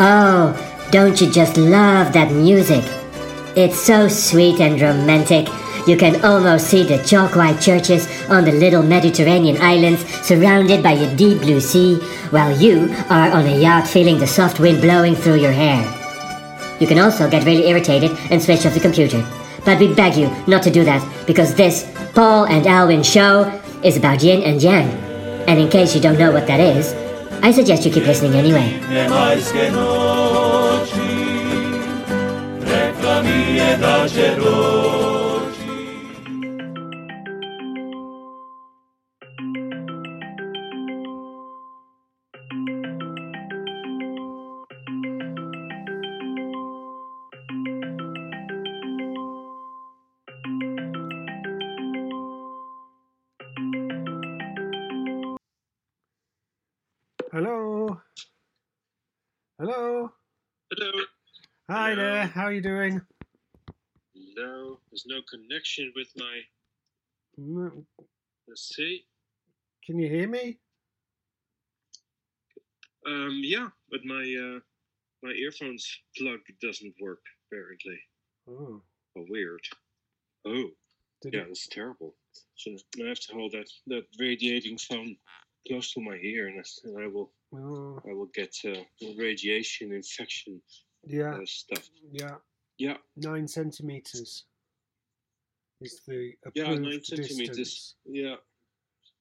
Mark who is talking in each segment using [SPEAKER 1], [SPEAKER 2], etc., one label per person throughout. [SPEAKER 1] Oh, don't you just love that music? It's so sweet and romantic. You can almost see the chalk white churches on the little Mediterranean islands surrounded by a deep blue sea, while you are on a yacht feeling the soft wind blowing through your hair. You can also get really irritated and switch off the computer. But we beg you not to do that because this Paul and Alwyn show is about yin and yang. And in case you don't know what that is, I suggest you keep listening anyway.
[SPEAKER 2] Inne majske noći Rekla mi je da će doći
[SPEAKER 3] Hello. Hello.
[SPEAKER 4] Hello.
[SPEAKER 3] Hi
[SPEAKER 4] Hello.
[SPEAKER 3] there. How are you doing?
[SPEAKER 4] No, there's no connection with my.
[SPEAKER 3] Mm,
[SPEAKER 4] Let's see.
[SPEAKER 3] Can you hear me?
[SPEAKER 4] Um, yeah, but my uh, my earphones plug doesn't work apparently.
[SPEAKER 3] Oh,
[SPEAKER 4] Oh, weird. Oh,
[SPEAKER 3] did
[SPEAKER 4] yeah, that's terrible. So I have to hold that that radiating phone close to my ear, and, I- and I will
[SPEAKER 3] Oh,
[SPEAKER 4] I will get uh, radiation infection
[SPEAKER 3] yeah,
[SPEAKER 4] uh, stuff.
[SPEAKER 3] yeah.
[SPEAKER 4] Yeah,
[SPEAKER 3] Nine centimeters is the approved
[SPEAKER 4] Yeah, nine
[SPEAKER 3] distance.
[SPEAKER 4] centimeters. yeah,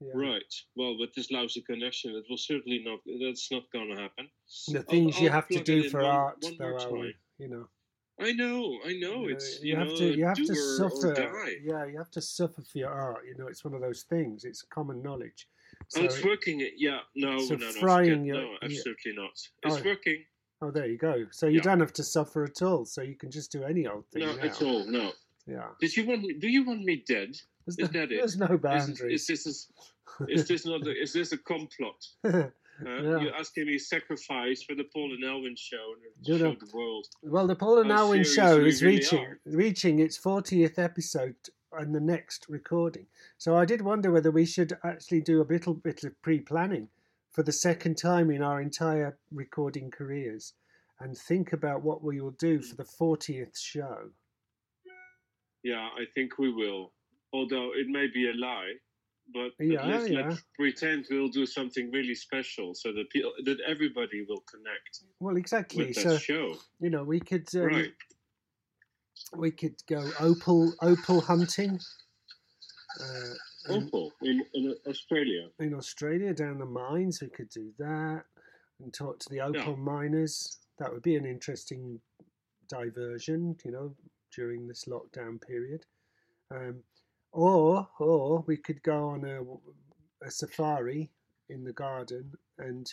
[SPEAKER 3] Yeah.
[SPEAKER 4] right. Well, with this lousy connection, it will certainly not. That's not going to happen.
[SPEAKER 3] The
[SPEAKER 4] I'll-
[SPEAKER 3] things you
[SPEAKER 4] I'll
[SPEAKER 3] have to
[SPEAKER 4] plug it
[SPEAKER 3] do
[SPEAKER 4] in
[SPEAKER 3] for
[SPEAKER 4] one-
[SPEAKER 3] art,
[SPEAKER 4] one more
[SPEAKER 3] though,
[SPEAKER 4] time.
[SPEAKER 3] Alan, you know.
[SPEAKER 4] I know, I know.
[SPEAKER 3] You know,
[SPEAKER 4] It's
[SPEAKER 3] you, have
[SPEAKER 4] know,
[SPEAKER 3] to you have to
[SPEAKER 4] do or- or
[SPEAKER 3] suffer.
[SPEAKER 4] die.
[SPEAKER 3] Yeah, you have to suffer for your art. You know, it's one of those things. It's common knowledge. So
[SPEAKER 4] oh, it's
[SPEAKER 3] it-
[SPEAKER 4] working. it- Yeah, no,
[SPEAKER 3] so
[SPEAKER 4] no, no,
[SPEAKER 3] frying
[SPEAKER 4] forget-
[SPEAKER 3] your-
[SPEAKER 4] no,
[SPEAKER 3] yeah.
[SPEAKER 4] absolutely not. It's
[SPEAKER 3] Oh.
[SPEAKER 4] working.
[SPEAKER 3] oh, there you go. So you
[SPEAKER 4] Yeah.
[SPEAKER 3] don't have to suffer at all. So you can just do any old thing.
[SPEAKER 4] No,
[SPEAKER 3] now.
[SPEAKER 4] at all. No.
[SPEAKER 3] Yeah.
[SPEAKER 4] Did you want me? Do you want me dead? Is
[SPEAKER 3] There's
[SPEAKER 4] Is
[SPEAKER 3] no,
[SPEAKER 4] that it?
[SPEAKER 3] there's no
[SPEAKER 4] this-
[SPEAKER 3] boundaries.
[SPEAKER 4] Is, this is, is this not? A, is this a complot? Huh?
[SPEAKER 3] Yeah.
[SPEAKER 4] You're asking me sacrifice for the Paul and Elwin show and
[SPEAKER 3] No, no.
[SPEAKER 4] show the world.
[SPEAKER 3] well, the Paul and
[SPEAKER 4] How
[SPEAKER 3] Alwyn
[SPEAKER 4] serious
[SPEAKER 3] show
[SPEAKER 4] we
[SPEAKER 3] is
[SPEAKER 4] really
[SPEAKER 3] reaching
[SPEAKER 4] are.
[SPEAKER 3] reaching its 40th episode on the next recording. So I did wonder whether we should actually do a little bit of pre-planning for the second time in our entire recording careers and think about what we will do for the 40th show.
[SPEAKER 4] Yeah, I think we will. Although it may be a lie, but
[SPEAKER 3] Yeah,
[SPEAKER 4] at least
[SPEAKER 3] yeah.
[SPEAKER 4] let's pretend we'll do something really special so that people, that everybody will connect
[SPEAKER 3] Well, exactly.
[SPEAKER 4] with that
[SPEAKER 3] So,
[SPEAKER 4] show.
[SPEAKER 3] you know, we could um,
[SPEAKER 4] right.
[SPEAKER 3] we could go opal opal hunting. Uh, and-
[SPEAKER 4] Opal in, in uh, Australia.
[SPEAKER 3] in Australia down the mines. We could do that and talk to the opal miners. That would be an interesting diversion, you know, during this lockdown period. Um, or or we could go on a, a safari in the garden and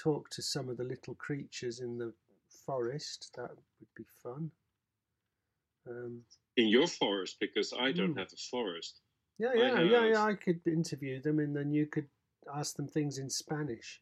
[SPEAKER 3] talk to some of the little creatures in the forest. That would be fun. Um,
[SPEAKER 4] in your forest because I don't
[SPEAKER 3] Mm.
[SPEAKER 4] have a forest.
[SPEAKER 3] yeah,
[SPEAKER 4] I
[SPEAKER 3] yeah, yeah,
[SPEAKER 4] have-
[SPEAKER 3] yeah. I could interview them, and then you could ask them things in Spanish.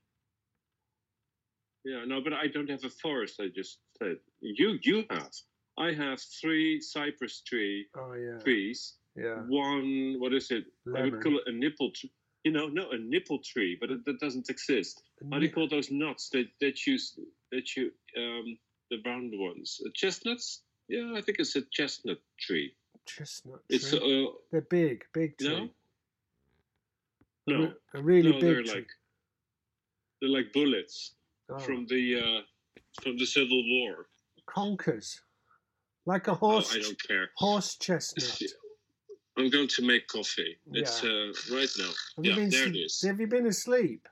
[SPEAKER 4] Yeah, no, but I don't have a forest. I just said you. You have. I have three cypress tree
[SPEAKER 3] Oh yeah,
[SPEAKER 4] trees.
[SPEAKER 3] yeah.
[SPEAKER 4] One, what is it? I
[SPEAKER 3] Lemon.
[SPEAKER 4] would call it a nipple. Tr- you know, no, a nipple tree, but it, that doesn't exist. How do you call those nuts that that you s- that you um the round ones? Uh, chestnuts. Yeah, I think it's a chestnut tree.
[SPEAKER 3] Chestnut
[SPEAKER 4] It's uh,
[SPEAKER 3] tree. They're big, big tree.
[SPEAKER 4] no,
[SPEAKER 3] A
[SPEAKER 4] no,
[SPEAKER 3] re- a really
[SPEAKER 4] no. They're
[SPEAKER 3] big tree.
[SPEAKER 4] like they're like bullets.
[SPEAKER 3] Oh,
[SPEAKER 4] from the uh, from the Civil War.
[SPEAKER 3] conkers, like a
[SPEAKER 4] Oh,
[SPEAKER 3] horse,
[SPEAKER 4] I don't care.
[SPEAKER 3] horse chestnut.
[SPEAKER 4] I'm going to make coffee. It's uh, right now.
[SPEAKER 3] Have
[SPEAKER 4] yeah,
[SPEAKER 3] you been?
[SPEAKER 4] there
[SPEAKER 3] sl-
[SPEAKER 4] it is.
[SPEAKER 3] Have you been asleep?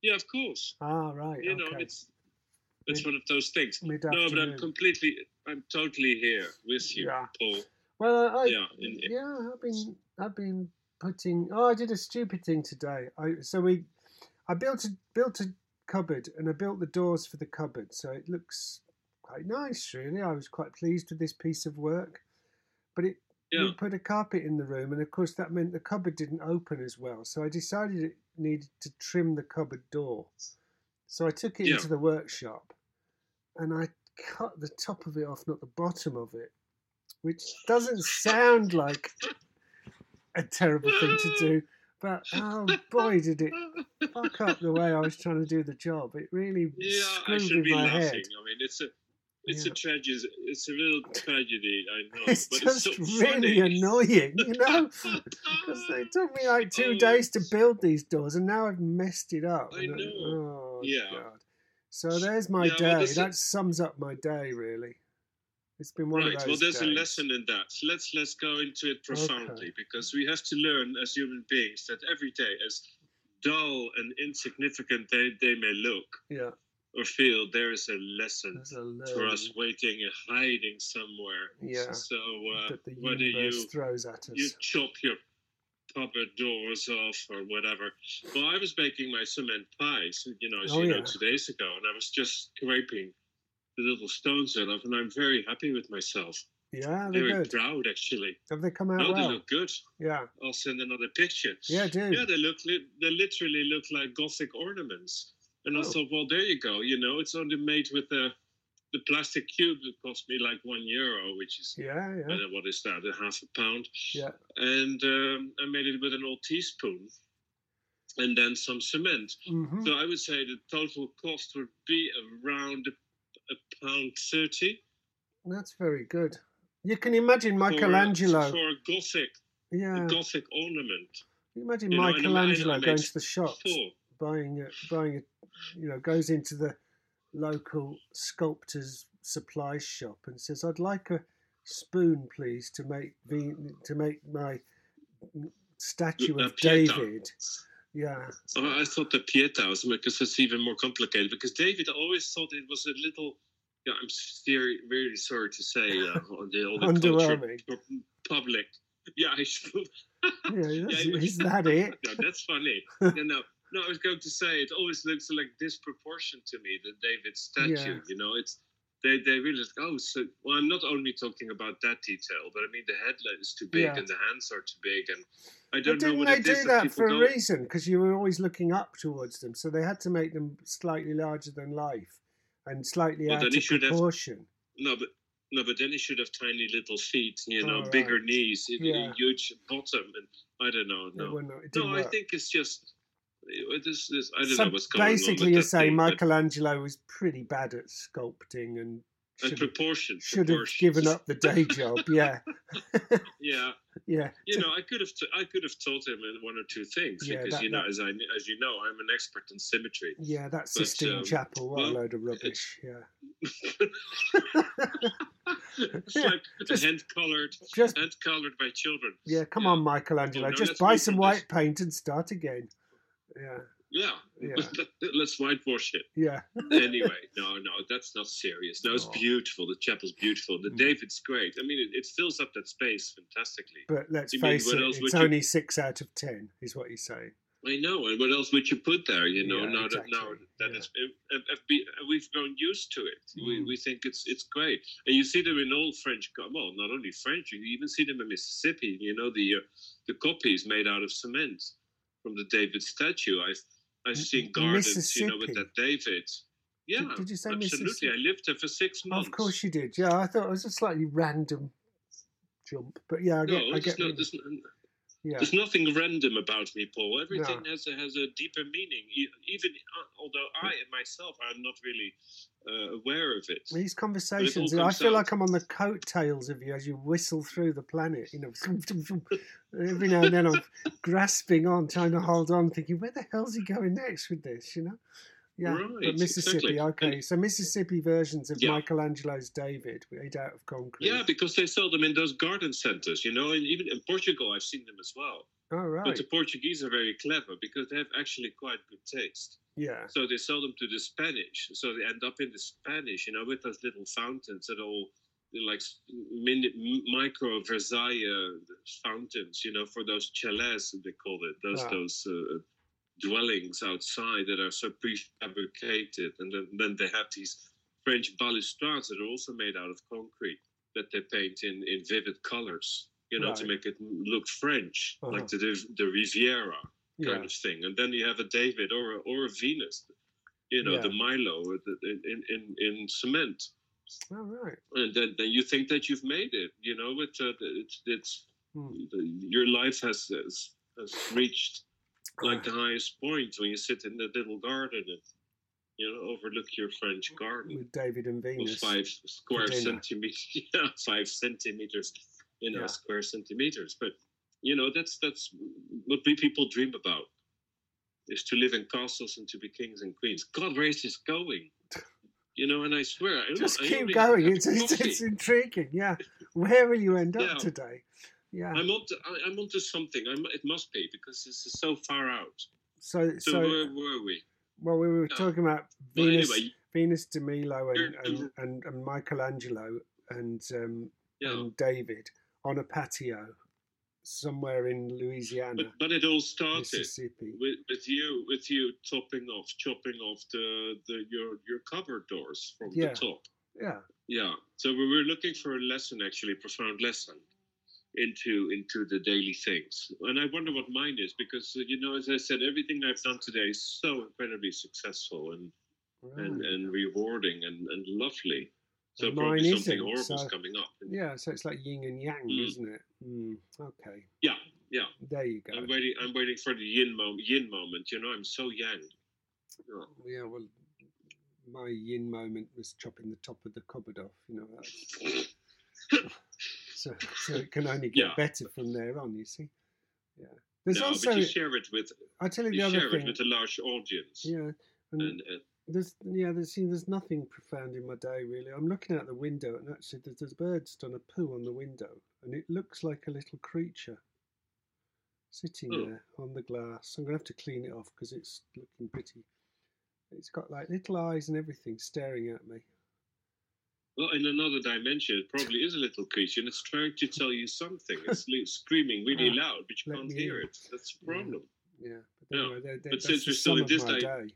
[SPEAKER 4] Yeah, of course.
[SPEAKER 3] Ah, right.
[SPEAKER 4] You
[SPEAKER 3] okay.
[SPEAKER 4] know, it's it's
[SPEAKER 3] Mid-
[SPEAKER 4] one of those things. No, but I'm
[SPEAKER 3] Mid-afternoon.
[SPEAKER 4] completely, I'm totally here with you,
[SPEAKER 3] Yeah.
[SPEAKER 4] Paul.
[SPEAKER 3] Well, I,
[SPEAKER 4] Yeah, in- in-
[SPEAKER 3] yeah, I've been, I've been putting. Oh, I did a stupid thing today. I so we, I built a built a cupboard and I built the doors for the cupboard, so it looks quite nice. Really, I was quite pleased with this piece of work, but it
[SPEAKER 4] Yeah.
[SPEAKER 3] we put a carpet in the room, and of course that meant the cupboard didn't open as well. So I decided it needed to trim the cupboard door. So I took it
[SPEAKER 4] Yeah.
[SPEAKER 3] into the workshop, and I cut the top of it off, not the bottom of it, which doesn't sound like a terrible thing to do, But oh boy, did it fuck up the way I was trying to do the job. It really
[SPEAKER 4] Yeah, I
[SPEAKER 3] screwed
[SPEAKER 4] should
[SPEAKER 3] in
[SPEAKER 4] be
[SPEAKER 3] my
[SPEAKER 4] laughing.
[SPEAKER 3] head.
[SPEAKER 4] I mean, it's a, it's
[SPEAKER 3] Yeah.
[SPEAKER 4] a tragedy. It's a real tragedy. I know,
[SPEAKER 3] It's
[SPEAKER 4] but
[SPEAKER 3] just
[SPEAKER 4] it's so
[SPEAKER 3] really
[SPEAKER 4] funny.
[SPEAKER 3] annoying, you know, because it took me like two
[SPEAKER 4] Oh,
[SPEAKER 3] days to
[SPEAKER 4] it's-
[SPEAKER 3] build these doors, and now I've messed it up.
[SPEAKER 4] I
[SPEAKER 3] and
[SPEAKER 4] know.
[SPEAKER 3] oh,
[SPEAKER 4] Yeah.
[SPEAKER 3] God. So there's my
[SPEAKER 4] Yeah, well,
[SPEAKER 3] day.
[SPEAKER 4] this is-
[SPEAKER 3] That sums up my day, really. It's been one
[SPEAKER 4] right.
[SPEAKER 3] of those.
[SPEAKER 4] well, there's a
[SPEAKER 3] days.
[SPEAKER 4] lesson in that. Let's let's go into it profoundly because we have to learn as human beings that every day, as dull and insignificant they, they may look
[SPEAKER 3] Yeah,
[SPEAKER 4] or feel, there is a lesson
[SPEAKER 3] there's a lesson
[SPEAKER 4] for us waiting and hiding somewhere.
[SPEAKER 3] Yeah.
[SPEAKER 4] So uh,
[SPEAKER 3] that the
[SPEAKER 4] whether
[SPEAKER 3] universe
[SPEAKER 4] you
[SPEAKER 3] throws at us.
[SPEAKER 4] you chop your cupboard doors off or whatever. Well, I was making my cement pies, you know, as
[SPEAKER 3] Oh,
[SPEAKER 4] you know,
[SPEAKER 3] yeah.
[SPEAKER 4] two days ago, and I was just scraping the little stones out of, and I'm very happy with myself.
[SPEAKER 3] yeah, Oh, they're
[SPEAKER 4] very
[SPEAKER 3] good.
[SPEAKER 4] proud, actually.
[SPEAKER 3] Have they come out
[SPEAKER 4] no,
[SPEAKER 3] well?
[SPEAKER 4] they look good.
[SPEAKER 3] Yeah,
[SPEAKER 4] I'll send another picture.
[SPEAKER 3] yeah, dude.
[SPEAKER 4] Yeah, they look. Li- they literally look like Gothic ornaments. And I
[SPEAKER 3] Oh.
[SPEAKER 4] thought, well, there you go. You know, it's only made with the the plastic cube that cost me like one euro, which is
[SPEAKER 3] yeah,
[SPEAKER 4] I
[SPEAKER 3] yeah,
[SPEAKER 4] don't know, Uh, what is that? A half a pound.
[SPEAKER 3] Yeah.
[SPEAKER 4] And um, I made it with an old teaspoon, and then some cement.
[SPEAKER 3] hmm
[SPEAKER 4] So I would say the total cost would be around a, a pound thirty.
[SPEAKER 3] That's very good. You can imagine
[SPEAKER 4] for a-
[SPEAKER 3] Michelangelo.
[SPEAKER 4] for a Gothic,
[SPEAKER 3] yeah,
[SPEAKER 4] a Gothic ornament.
[SPEAKER 3] Can you imagine
[SPEAKER 4] You know, and a man-
[SPEAKER 3] Michelangelo
[SPEAKER 4] I made
[SPEAKER 3] going to the shop,
[SPEAKER 4] Four.
[SPEAKER 3] buying a, buying a, you know, goes into the local sculptor's supply shop and says, "I'd like a spoon, please, to make the to make my statue
[SPEAKER 4] Uh,
[SPEAKER 3] of
[SPEAKER 4] Pietà.
[SPEAKER 3] David." Yeah,
[SPEAKER 4] Oh, I thought the Pieta was because it's even more complicated. Because David always thought it was a little. Yeah, I'm very, very sorry to say uh, on the, on the culture,
[SPEAKER 3] Underwhelming.
[SPEAKER 4] pu- public. Yeah, I should,
[SPEAKER 3] yeah, that's,
[SPEAKER 4] it was-
[SPEAKER 3] is that it?
[SPEAKER 4] no, that's funny. you know, no, I was going to say it always looks like disproportionate to me the David statue.
[SPEAKER 3] Yeah.
[SPEAKER 4] You know, it's they they realize oh, so well, I'm not only talking about that detail, but I mean the headline is too big
[SPEAKER 3] Yeah.
[SPEAKER 4] and the hands are too big, and I
[SPEAKER 3] But
[SPEAKER 4] don't know
[SPEAKER 3] didn't
[SPEAKER 4] what
[SPEAKER 3] they
[SPEAKER 4] it
[SPEAKER 3] do
[SPEAKER 4] is
[SPEAKER 3] that
[SPEAKER 4] people
[SPEAKER 3] for a
[SPEAKER 4] don't-
[SPEAKER 3] reason? Because you were always looking up towards them, so they had to make them slightly larger than life and slightly
[SPEAKER 4] Well,
[SPEAKER 3] out
[SPEAKER 4] then he
[SPEAKER 3] of
[SPEAKER 4] should have-
[SPEAKER 3] proportion.
[SPEAKER 4] No, but no, but then he should have tiny little feet, you know,
[SPEAKER 3] Oh,
[SPEAKER 4] bigger
[SPEAKER 3] right.
[SPEAKER 4] knees, a- a
[SPEAKER 3] Yeah.
[SPEAKER 4] huge bottom, and I don't know.
[SPEAKER 3] It
[SPEAKER 4] No,
[SPEAKER 3] wouldn't- it didn't
[SPEAKER 4] no, I
[SPEAKER 3] work.
[SPEAKER 4] think it's just it is, it's- I don't
[SPEAKER 3] So
[SPEAKER 4] know what's going
[SPEAKER 3] basically,
[SPEAKER 4] on.
[SPEAKER 3] you're
[SPEAKER 4] with that
[SPEAKER 3] saying
[SPEAKER 4] thing, but-
[SPEAKER 3] Michelangelo was pretty bad at sculpting and
[SPEAKER 4] and
[SPEAKER 3] should have,
[SPEAKER 4] proportion
[SPEAKER 3] should have
[SPEAKER 4] proportions.
[SPEAKER 3] given up the day job. Yeah,
[SPEAKER 4] Yeah,
[SPEAKER 3] yeah,
[SPEAKER 4] you know, I could have t- I could have taught him in one or two things
[SPEAKER 3] Yeah,
[SPEAKER 4] because
[SPEAKER 3] that-
[SPEAKER 4] you know,
[SPEAKER 3] that-
[SPEAKER 4] as I as you know, I'm an expert in symmetry.
[SPEAKER 3] yeah. That
[SPEAKER 4] But,
[SPEAKER 3] Sistine
[SPEAKER 4] um,
[SPEAKER 3] Chapel, what a
[SPEAKER 4] well,
[SPEAKER 3] load of rubbish. Yeah,
[SPEAKER 4] it's
[SPEAKER 3] Yeah,
[SPEAKER 4] like
[SPEAKER 3] just-
[SPEAKER 4] hand colored,
[SPEAKER 3] just
[SPEAKER 4] hand colored by children.
[SPEAKER 3] yeah. Come
[SPEAKER 4] yeah.
[SPEAKER 3] on, Michelangelo,
[SPEAKER 4] Well, no,
[SPEAKER 3] just
[SPEAKER 4] let's
[SPEAKER 3] buy
[SPEAKER 4] move
[SPEAKER 3] some
[SPEAKER 4] from
[SPEAKER 3] white
[SPEAKER 4] this-
[SPEAKER 3] paint and start again. Yeah,
[SPEAKER 4] Yeah,
[SPEAKER 3] Yeah.
[SPEAKER 4] let's whitewash it.
[SPEAKER 3] yeah.
[SPEAKER 4] anyway, no, no, that's not serious. No, it's
[SPEAKER 3] Oh.
[SPEAKER 4] beautiful. The chapel's beautiful. The
[SPEAKER 3] Mm.
[SPEAKER 4] David's great. I mean, it, it fills up that space fantastically.
[SPEAKER 3] But let's
[SPEAKER 4] You mean,
[SPEAKER 3] face
[SPEAKER 4] what
[SPEAKER 3] it,
[SPEAKER 4] else
[SPEAKER 3] it's
[SPEAKER 4] would you-
[SPEAKER 3] only six out of ten, is what you're saying.
[SPEAKER 4] I know. And what else would you put there? You know,
[SPEAKER 3] Yeah,
[SPEAKER 4] now that now
[SPEAKER 3] exactly,
[SPEAKER 4] that
[SPEAKER 3] yeah.
[SPEAKER 4] it's uh, uh, be- uh, we've grown used to it. We,
[SPEAKER 3] Mm.
[SPEAKER 4] we think it's it's great. And you see them in all French. co- Well, not only French. You even see them in Mississippi. You know, the uh, the copies made out of cement from the David statue. I've I've
[SPEAKER 3] M-
[SPEAKER 4] seen gardens. You know,
[SPEAKER 3] Mm, Mississippi?
[SPEAKER 4] with that David. Yeah,
[SPEAKER 3] Did- did you say
[SPEAKER 4] absolutely.
[SPEAKER 3] Mississippi?
[SPEAKER 4] I lived there for six months.
[SPEAKER 3] Of course you did. Yeah, I thought it was a slightly random jump, but yeah, I get,
[SPEAKER 4] no,
[SPEAKER 3] I
[SPEAKER 4] it's
[SPEAKER 3] get.
[SPEAKER 4] not-
[SPEAKER 3] what you-
[SPEAKER 4] there's n-
[SPEAKER 3] yeah,
[SPEAKER 4] There's nothing random about me, Paul. Everything has a, has a deeper meaning. E- Even uh, although I and myself are not really uh, aware of it.
[SPEAKER 3] these conversations.
[SPEAKER 4] all
[SPEAKER 3] I
[SPEAKER 4] comes
[SPEAKER 3] feel
[SPEAKER 4] out-
[SPEAKER 3] like I'm on the coattails of you as you whistle through the planet. You know, every now and then I'm grasping on, trying to hold on, thinking, where the hell's he going next with this? You know. Yeah,
[SPEAKER 4] Right,
[SPEAKER 3] but Mississippi.
[SPEAKER 4] exactly.
[SPEAKER 3] Okay, so Mississippi versions of
[SPEAKER 4] Yeah.
[SPEAKER 3] Michelangelo's David, made out of concrete.
[SPEAKER 4] Yeah, because they sell them in those garden centers, you know, and even in Portugal, I've seen them as well.
[SPEAKER 3] All
[SPEAKER 4] But
[SPEAKER 3] right.
[SPEAKER 4] the Portuguese are very clever because they have actually quite good taste.
[SPEAKER 3] Yeah.
[SPEAKER 4] So they sell them to the Spanish. So they end up in the Spanish, you know, with those little fountains that all like s- mini, m- micro Versailles uh, fountains, you know, for those chalets they call it, those
[SPEAKER 3] Ah.
[SPEAKER 4] those uh, dwellings outside that are so prefabricated, and then, then they have these French balustrades that are also made out of concrete that they paint in in vivid colors, you know, to
[SPEAKER 3] Right.
[SPEAKER 4] make it look French,
[SPEAKER 3] Uh-huh.
[SPEAKER 4] like the Riv- the Riviera
[SPEAKER 3] Yeah.
[SPEAKER 4] kind of thing. And then you have a David or a, or a Venus, you know,
[SPEAKER 3] Yeah.
[SPEAKER 4] the Milo with the- in, in, in, in cement.
[SPEAKER 3] All right.
[SPEAKER 4] And then, then you think that you've made it, you know, it, uh, it's, it's
[SPEAKER 3] Hmm.
[SPEAKER 4] your life has, has, has reached like the highest point when you sit in the little garden and you know overlook your French garden
[SPEAKER 3] with David and Venus.
[SPEAKER 4] five square centimeters, yeah, five centimeters, you know,
[SPEAKER 3] Yeah.
[SPEAKER 4] square centimeters. But you know that's that's what we people dream about is to live in castles and to be kings and queens. God, where is this going? You know, and I swear, I-
[SPEAKER 3] Just
[SPEAKER 4] I
[SPEAKER 3] keep
[SPEAKER 4] only
[SPEAKER 3] going.
[SPEAKER 4] have
[SPEAKER 3] It's, it's,
[SPEAKER 4] coffee.
[SPEAKER 3] it's intriguing. Yeah. Where will you end up
[SPEAKER 4] Yeah.
[SPEAKER 3] today? Yeah.
[SPEAKER 4] I'm onto I- I'm onto something. I'm, it must be because this is so far out.
[SPEAKER 3] so,
[SPEAKER 4] So,
[SPEAKER 3] so,
[SPEAKER 4] where were we?
[SPEAKER 3] well, we were
[SPEAKER 4] yeah.
[SPEAKER 3] talking about
[SPEAKER 4] Well,
[SPEAKER 3] Venus,
[SPEAKER 4] anyway,
[SPEAKER 3] Venus de Milo and,
[SPEAKER 4] You're-
[SPEAKER 3] and, and, and Michelangelo and, um,
[SPEAKER 4] yeah.
[SPEAKER 3] and David on a patio somewhere in Louisiana,
[SPEAKER 4] But, but it all started
[SPEAKER 3] Mississippi.
[SPEAKER 4] with, with you with you topping off, chopping off the, the your your cupboard doors from
[SPEAKER 3] Yeah.
[SPEAKER 4] the top.
[SPEAKER 3] Yeah.
[SPEAKER 4] Yeah. So we were looking for a lesson, actually, a profound lesson into into the daily things. And I wonder what mine is because uh, you know, as I said, everything I've done today is so incredibly successful and
[SPEAKER 3] Right.
[SPEAKER 4] and, and rewarding and, and lovely. So
[SPEAKER 3] And
[SPEAKER 4] probably
[SPEAKER 3] mine
[SPEAKER 4] something
[SPEAKER 3] isn't,
[SPEAKER 4] horrible's
[SPEAKER 3] so-
[SPEAKER 4] coming up.
[SPEAKER 3] yeah. So it's like yin and yang,
[SPEAKER 4] Mm.
[SPEAKER 3] isn't it? Mm, okay.
[SPEAKER 4] Yeah, yeah.
[SPEAKER 3] There you go.
[SPEAKER 4] I'm waiting. I'm waiting for the yin moment. Yin moment. You know, I'm so yang. Yeah.
[SPEAKER 3] Yeah, well, my yin moment was chopping the top of the cupboard off. You know, that's, so so it can only get
[SPEAKER 4] Yeah.
[SPEAKER 3] better from there on. You see, yeah. There's
[SPEAKER 4] no,
[SPEAKER 3] also
[SPEAKER 4] but you share it with
[SPEAKER 3] I tell you the
[SPEAKER 4] you
[SPEAKER 3] other
[SPEAKER 4] share it
[SPEAKER 3] thing.
[SPEAKER 4] with a large audience.
[SPEAKER 3] Yeah, and,
[SPEAKER 4] And, uh,
[SPEAKER 3] there's yeah there's see, there's nothing profound in my day really. I'm looking out the window and actually there's, there's birds done a poo on the window and it looks like a little creature sitting
[SPEAKER 4] Oh.
[SPEAKER 3] there on the glass. I'm gonna have to clean it off because it's looking pretty. It's got like little eyes and everything staring at me.
[SPEAKER 4] well, in another dimension, it probably is a little creature, and it's trying to tell you something. It's li- screaming really
[SPEAKER 3] Ah,
[SPEAKER 4] loud, but you
[SPEAKER 3] let
[SPEAKER 4] can't
[SPEAKER 3] me
[SPEAKER 4] hear
[SPEAKER 3] in.
[SPEAKER 4] it. That's the
[SPEAKER 3] Yeah.
[SPEAKER 4] problem.
[SPEAKER 3] Yeah, but
[SPEAKER 4] Yeah,
[SPEAKER 3] anyway, they're, they're,
[SPEAKER 4] but
[SPEAKER 3] that's
[SPEAKER 4] since
[SPEAKER 3] the
[SPEAKER 4] we're still
[SPEAKER 3] sum
[SPEAKER 4] in
[SPEAKER 3] of
[SPEAKER 4] this
[SPEAKER 3] my
[SPEAKER 4] di-
[SPEAKER 3] day.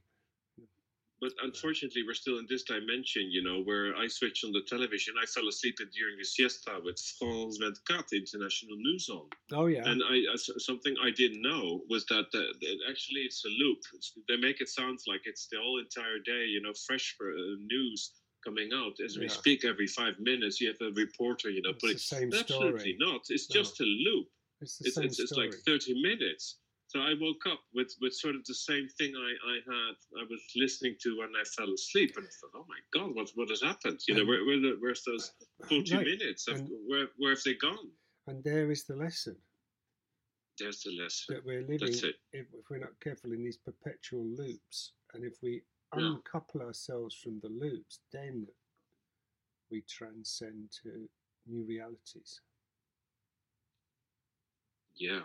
[SPEAKER 4] But unfortunately, we're still in this dimension, you know, where I switched on the television. I fell asleep during the siesta with France 24 international news on.
[SPEAKER 3] Oh yeah,
[SPEAKER 4] And I, I s- something I didn't know was that the, the- actually it's a loop. It's, they make it sound like it's the whole entire day, you know, fresh for, uh, news coming out as we
[SPEAKER 3] Yeah.
[SPEAKER 4] speak every five minutes. You have a reporter, you know,
[SPEAKER 3] It's the
[SPEAKER 4] putting
[SPEAKER 3] same
[SPEAKER 4] absolutely
[SPEAKER 3] story.
[SPEAKER 4] not. It's
[SPEAKER 3] No.
[SPEAKER 4] just a loop.
[SPEAKER 3] it's the
[SPEAKER 4] It's,
[SPEAKER 3] same
[SPEAKER 4] it's, it's
[SPEAKER 3] story.
[SPEAKER 4] like thirty minutes. So I woke up with, with sort of the same thing I, I had I was listening to when I fell asleep and I thought, oh my god, what what has happened? You know,
[SPEAKER 3] And-
[SPEAKER 4] where, where the, where's those forty
[SPEAKER 3] Right.
[SPEAKER 4] minutes? I've-
[SPEAKER 3] and-
[SPEAKER 4] where where have they gone?
[SPEAKER 3] and there is the lesson
[SPEAKER 4] There's the lesson.
[SPEAKER 3] that we're living.
[SPEAKER 4] That's it.
[SPEAKER 3] if, if we're not careful in these perpetual loops, and if we
[SPEAKER 4] Yeah.
[SPEAKER 3] uncouple ourselves from the loops, then we transcend to new realities.
[SPEAKER 4] Yeah.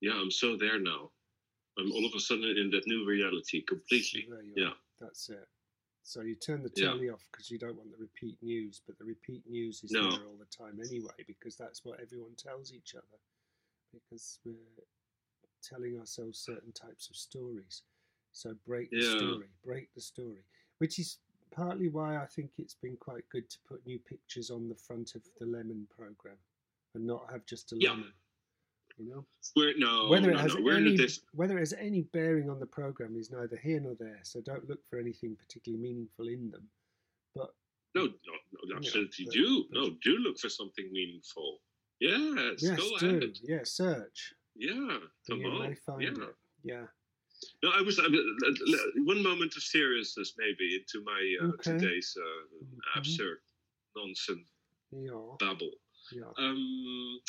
[SPEAKER 4] Yeah, I'm so there now. I'm all of a sudden in that new reality
[SPEAKER 3] So
[SPEAKER 4] completely.
[SPEAKER 3] there you
[SPEAKER 4] Yeah.
[SPEAKER 3] are. That's it. So you turn the
[SPEAKER 4] Yeah.
[SPEAKER 3] telly off because you don't want the repeat news, but the repeat news is
[SPEAKER 4] No.
[SPEAKER 3] there all the time anyway because that's what everyone tells each other because we're telling ourselves certain types of stories. So break the
[SPEAKER 4] Yeah.
[SPEAKER 3] story, break the story, which is partly why I think it's been quite good to put new pictures on the front of the lemon program and not have just a
[SPEAKER 4] Yeah.
[SPEAKER 3] lemon. You know,
[SPEAKER 4] We're no,
[SPEAKER 3] whether
[SPEAKER 4] Oh, no,
[SPEAKER 3] it has
[SPEAKER 4] no. We're in
[SPEAKER 3] any
[SPEAKER 4] this.
[SPEAKER 3] whether it has any bearing on the program is neither here nor there. So don't look for anything particularly meaningful in them. But
[SPEAKER 4] No, no, no absolutely
[SPEAKER 3] but-
[SPEAKER 4] do.
[SPEAKER 3] but-
[SPEAKER 4] no, do look for something meaningful. Yes,
[SPEAKER 3] yes,
[SPEAKER 4] go
[SPEAKER 3] do
[SPEAKER 4] ahead.
[SPEAKER 3] yeah, search.
[SPEAKER 4] Yeah,
[SPEAKER 3] and
[SPEAKER 4] come
[SPEAKER 3] you
[SPEAKER 4] on.
[SPEAKER 3] may find
[SPEAKER 4] yeah.
[SPEAKER 3] it. Yeah,
[SPEAKER 4] No, I was I, one moment of seriousness maybe into my uh,
[SPEAKER 3] Okay.
[SPEAKER 4] today's uh,
[SPEAKER 3] Mhm.
[SPEAKER 4] absurd nonsense
[SPEAKER 3] you are.
[SPEAKER 4] babble.
[SPEAKER 3] You are.
[SPEAKER 4] Um,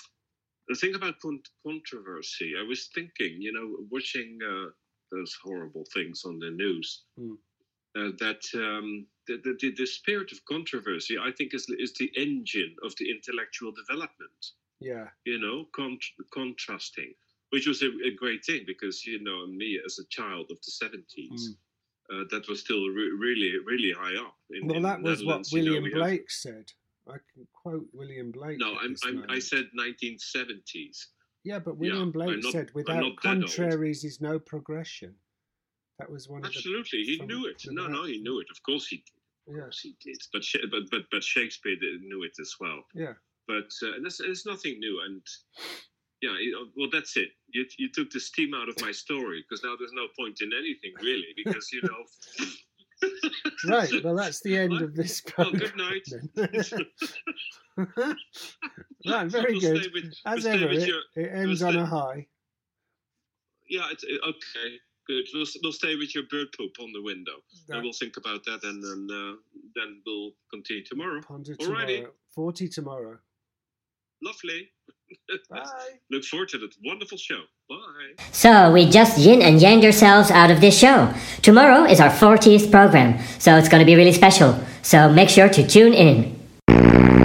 [SPEAKER 4] the thing about con- controversy, I was thinking, you know, watching uh, those horrible things on the news,
[SPEAKER 3] Hmm.
[SPEAKER 4] uh, that um, the, the, the, the spirit of controversy, I think, is, is the engine of the intellectual development
[SPEAKER 3] Yeah,
[SPEAKER 4] you know, con- contrasting, which was a, a great thing because, you know, me as a child of the 70s,
[SPEAKER 3] Mm.
[SPEAKER 4] uh, that was still re- really, really high up. In,
[SPEAKER 3] well,
[SPEAKER 4] in
[SPEAKER 3] that
[SPEAKER 4] the
[SPEAKER 3] was what
[SPEAKER 4] Netherlands, you know,
[SPEAKER 3] William
[SPEAKER 4] we have-
[SPEAKER 3] Blake said. I can quote William Blake.
[SPEAKER 4] No,
[SPEAKER 3] at
[SPEAKER 4] I'm,
[SPEAKER 3] this
[SPEAKER 4] I'm, I
[SPEAKER 3] moment.
[SPEAKER 4] said 1970s.
[SPEAKER 3] Yeah, but
[SPEAKER 4] yeah,
[SPEAKER 3] William Blake
[SPEAKER 4] I'm not-
[SPEAKER 3] said,
[SPEAKER 4] I'm
[SPEAKER 3] "Without
[SPEAKER 4] not that old."
[SPEAKER 3] contraries is no progression." That was one
[SPEAKER 4] Absolutely, he
[SPEAKER 3] from-
[SPEAKER 4] knew it.
[SPEAKER 3] from
[SPEAKER 4] No,
[SPEAKER 3] that-
[SPEAKER 4] no, he knew it. Of course he did.
[SPEAKER 3] of
[SPEAKER 4] Of
[SPEAKER 3] the.
[SPEAKER 4] course he did. But, Sha- but, but, but Shakespeare did- knew it as well.
[SPEAKER 3] Yeah, yeah.
[SPEAKER 4] But uh, and that's, it's nothing new. And yeah, you- well, that's it. You, you took the steam out of my story because now there's no point in anything really because, you know.
[SPEAKER 3] Right. Well, that's the end of this.
[SPEAKER 4] Well,
[SPEAKER 3] Program.
[SPEAKER 4] Oh, good night.
[SPEAKER 3] right, very
[SPEAKER 4] We'll
[SPEAKER 3] good.
[SPEAKER 4] stay with-
[SPEAKER 3] As
[SPEAKER 4] we'll stay
[SPEAKER 3] ever,
[SPEAKER 4] with
[SPEAKER 3] it,
[SPEAKER 4] your-
[SPEAKER 3] it ends
[SPEAKER 4] we'll
[SPEAKER 3] on
[SPEAKER 4] stay-
[SPEAKER 3] a high.
[SPEAKER 4] yeah, it's, it- okay, good. We'll, s- we'll stay with your bird poop on the window,
[SPEAKER 3] That-
[SPEAKER 4] and we'll think about that, and then uh, then we'll continue tomorrow.
[SPEAKER 3] Ponder tomorrow.
[SPEAKER 4] Alrighty.
[SPEAKER 3] 40 tomorrow.
[SPEAKER 4] Lovely.
[SPEAKER 3] Bye.
[SPEAKER 4] Look forward to that wonderful show. Bye.
[SPEAKER 1] So we just yin and yang yourselves out of this show. Tomorrow is our 40th program, so it's gonna be really special. So make sure to tune in.